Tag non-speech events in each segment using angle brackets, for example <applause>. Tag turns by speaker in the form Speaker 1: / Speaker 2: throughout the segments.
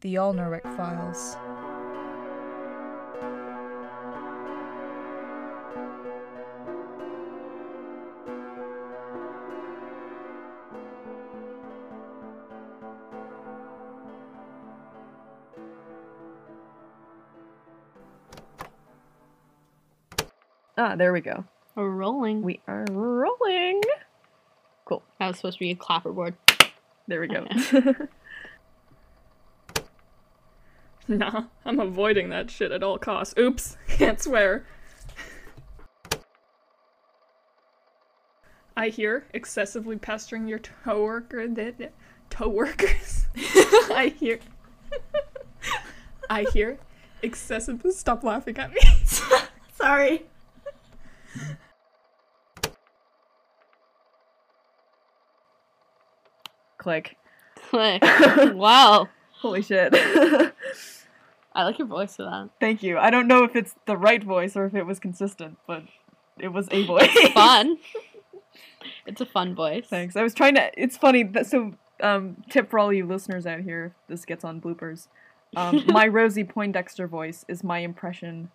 Speaker 1: The Alneric Files.
Speaker 2: Ah, there we go.
Speaker 3: We're rolling.
Speaker 2: We are rolling.
Speaker 3: that was supposed to be a clapperboard. <laughs>
Speaker 2: There we go.
Speaker 4: <laughs> Nah, I'm avoiding that shit at all costs. Oops, <laughs> can't swear. I hear excessively pestering your coworker that toe workers. I hear. I hear excessive. Stop laughing at me.
Speaker 5: Sorry.
Speaker 2: Click. <laughs>
Speaker 3: Click. wow.
Speaker 2: Holy shit. <laughs>
Speaker 3: I like your voice for that.
Speaker 2: Thank you. I don't know if it's the right voice or if it was consistent, but it was a voice. <laughs>
Speaker 3: Fun. it's a fun voice.
Speaker 2: Thanks. I was trying to. It's funny. That, so, um, tip for all you listeners out here: if this gets on bloopers. Um, my Rosie Poindexter voice is my impression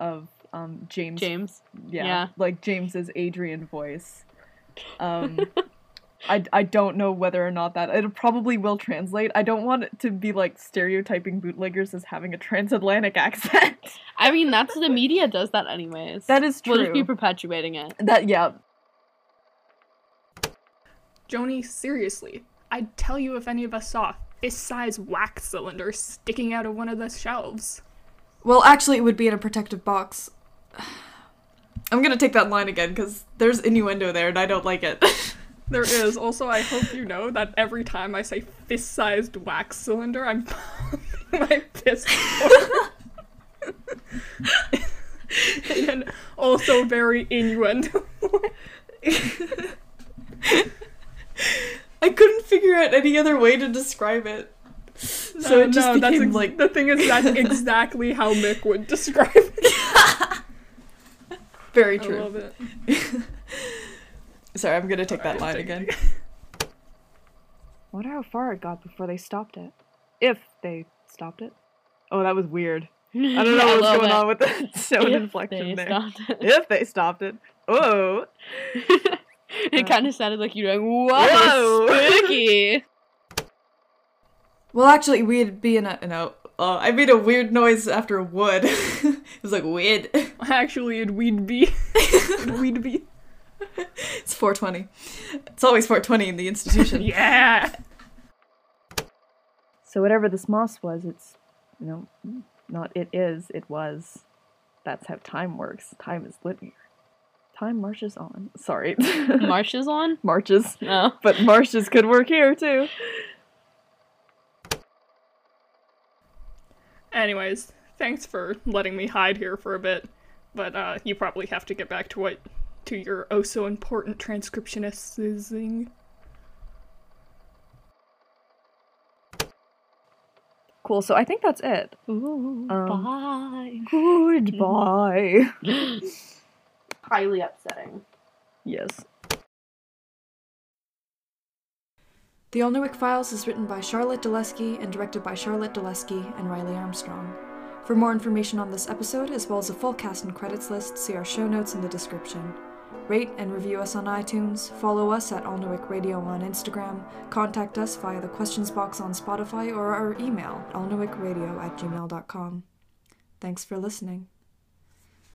Speaker 2: of um, James.
Speaker 3: James.
Speaker 2: Yeah,
Speaker 3: yeah.
Speaker 2: like James's Adrian voice.
Speaker 4: <laughs>
Speaker 2: Um, I I don't know whether or not that it probably will translate. I don't want it to be like stereotyping bootleggers as having a transatlantic accent. <laughs>
Speaker 3: I mean, that's the media does that anyways.
Speaker 2: that is true.
Speaker 3: We'll just be perpetuating it.
Speaker 2: that yeah.
Speaker 4: Joni, seriously, I'd tell you if any of us saw this size wax cylinder sticking out of one of the shelves.
Speaker 5: Well, actually, it would be in a protective box. I'm gonna take that line again because there's innuendo there and I don't like it. <laughs>
Speaker 4: There is. Also, I hope you know that every time I say fist sized wax cylinder, I'm <laughs> pumping my fist forward. <laughs> and also very innuendo. <laughs>
Speaker 5: I couldn't figure out any other way to describe it. So
Speaker 4: Uh,
Speaker 5: it just
Speaker 4: that's
Speaker 5: became
Speaker 4: ex-
Speaker 5: like
Speaker 4: the thing is
Speaker 5: <laughs>
Speaker 4: that's exactly how Mick would describe it.
Speaker 5: very
Speaker 4: I
Speaker 5: true.
Speaker 4: love it.
Speaker 5: <laughs> Sorry, I'm gonna take that
Speaker 4: Alright,
Speaker 5: line
Speaker 4: take
Speaker 5: again.
Speaker 2: Wonder how far it got before they stopped it. If they stopped it. Oh, that was weird. I
Speaker 3: <laughs>
Speaker 2: don't know what's going on with that <laughs> sound inflection there. If they stopped it. Oh.
Speaker 3: it kind of sounded like you were like, whoa,
Speaker 2: Whoa. <laughs>
Speaker 3: spooky.
Speaker 5: Well, actually, we'd be in a no. Oh, I made a weird noise after wood. <laughs> it was like weird. <laughs>
Speaker 4: Actually, it we'd be. <laughs> it we'd be.
Speaker 5: It's 420. It's always 420 in the institution. <laughs>
Speaker 4: <laughs> Yeah!
Speaker 2: So whatever this moss was, it's you know not it is, it was. That's how time works. Time is linear. Time marches on. Sorry. <laughs>
Speaker 3: Marsh is on?
Speaker 2: marches.
Speaker 3: No.
Speaker 2: But marches could work here too.
Speaker 4: Anyways, thanks for letting me hide here for a bit, but uh, you probably have to get back to what to your oh so important transcriptionizing.
Speaker 2: Cool, so I think that's it. um,
Speaker 3: Ooh, bye.
Speaker 2: Goodbye. <laughs>
Speaker 3: Highly upsetting.
Speaker 2: yes.
Speaker 5: The Olnowick Files is written by Charlotte Dulesky and directed by Charlotte Dulesky and Riley Armstrong. For more information on this episode, as well as a full cast and credits list, see our show notes in the description. Rate and review us on iTunes, follow us at Olnowick Radio on Instagram, contact us via the questions box on Spotify or our email, olnowickradio at gmail.com. Thanks for listening.